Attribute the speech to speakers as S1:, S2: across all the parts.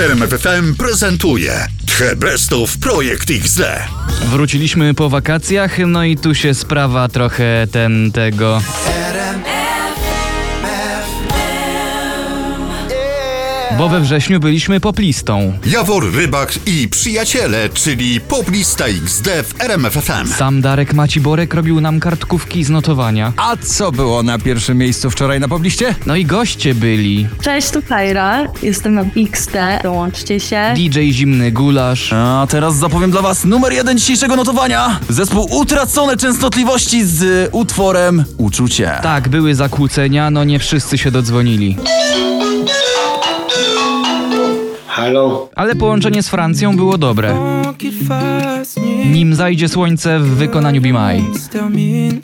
S1: RMFFM prezentuje Hebestów Projekt XD.
S2: Wróciliśmy po wakacjach, no i tu się sprawa trochę ten tego. Bo we wrześniu byliśmy poplistą.
S1: Jawor Rybak i Przyjaciele, czyli Poplista XD w RMFFM.
S2: Sam Darek Maciborek robił nam kartkówki z notowania.
S3: A co było na pierwszym miejscu wczoraj na pobliście?
S2: No i goście byli
S4: Cześć, tu Kajra. Jestem na XT. Dołączcie się.
S2: DJ Zimny Gulasz,
S3: A teraz zapowiem dla was numer jeden dzisiejszego notowania. Zespół Utracone Częstotliwości z y, utworem Uczucie.
S2: Tak, były zakłócenia, no nie wszyscy się dodzwonili.
S5: Halo?
S2: Ale połączenie z Francją było dobre.
S6: Walk it fast, nuit
S2: Nim zajdzie słońce w wykonaniu Bimai.
S6: se termine.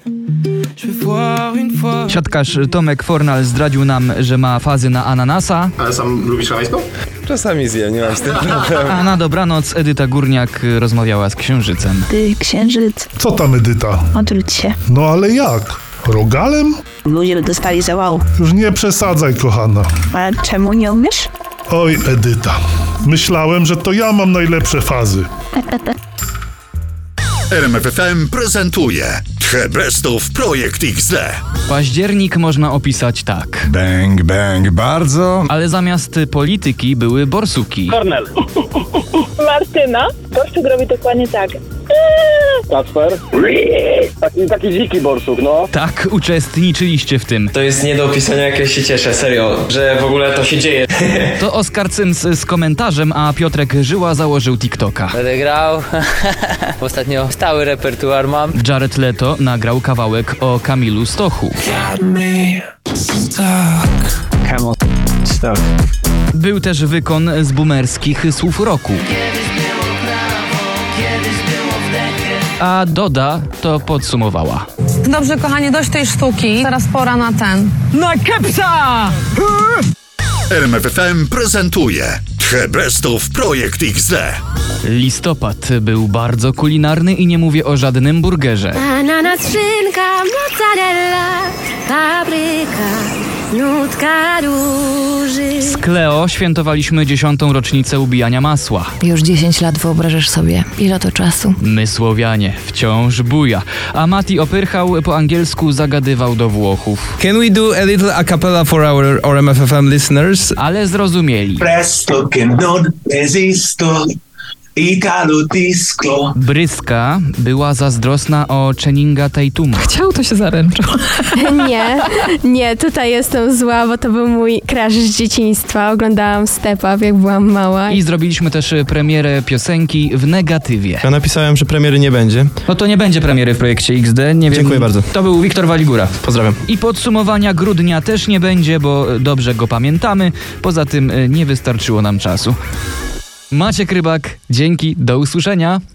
S6: Je veux voir une fois.
S2: Siatkarz Tomek Fornal zdradził nam, że ma fazy na ananasa,
S5: Ale sam lubisz hawajską?
S7: Czasami zjem, nie mam z tym problemu.
S2: a na dobranoc Edyta Górniak y, rozmawiała z księżycem.
S8: Ty, księżyc,
S9: Co tam Edyta?
S8: odwróć się.
S9: No ale jak? Rogalem?
S8: Ludzie by dostali zawału.
S9: Już nie przesadzaj, kochana.
S8: A czemu nie umiesz?
S9: Oj, Edyta. Myślałem, że to ja mam najlepsze fazy.
S1: RMFFM prezentuje Hebestów Projekt XD.
S2: Październik można opisać tak.
S3: Bang, bang, bardzo.
S2: Ale zamiast y, polityki były borsuki.
S5: Kornel.
S10: Martyna. Kościół robi dokładnie tak.
S5: Kacper. Taki, taki dziki borsuk, no.
S2: Tak, uczestniczyliście w tym.
S11: To jest nie do opisania, jak ja się cieszę, serio, że w ogóle to się dzieje.
S2: To Oskar Cyms z komentarzem, a Piotrek Żyła założył TikToka.
S11: Będę grał. Ostatnio stały repertuar mam.
S2: Jared Leto nagrał kawałek o Kamilu Stochu. Był też wykon z boomerskich słów roku. A Doda to podsumowała.
S10: Dobrze, kochanie, dość tej sztuki. Teraz pora na ten.
S1: RMFFM prezentuje Hebestów Projekt XD.
S2: Listopad był bardzo kulinarny i nie mówię o żadnym burgerze.
S10: Ananas, szynka, mozzarella, papryka, nutka róży.
S2: Z Kleo świętowaliśmy dziesiątą rocznicę ubijania masła.
S10: Już 10 lat wyobrażasz sobie, ile to czasu.
S2: My Słowianie, wciąż buja. A Mati Opyrchał po angielsku zagadywał do Włochów.
S3: Can we do a little a cappella for our RMFFM listeners?
S2: Ale zrozumieli.
S7: Presto che non esisto, Italo disco.
S2: Bryska była zazdrosna o Cheninga Tatuma.
S10: Nie, nie, tutaj jestem zła, bo to był mój crash z dzieciństwa. Oglądałam Step Up, jak byłam mała.
S2: I zrobiliśmy też y, premierę piosenki w negatywie.
S3: Ja napisałem, że premiery nie będzie.
S2: No to nie będzie premiery w projekcie XD, nie wiem.
S3: Dziękuję bardzo.
S2: To był Wiktor Waligura.
S3: Pozdrawiam.
S2: I podsumowania grudnia też nie będzie, bo y, dobrze go pamiętamy. Poza e, tym y, nie wystarczyło nam czasu. Maciek Rybak, dzięki, do usłyszenia.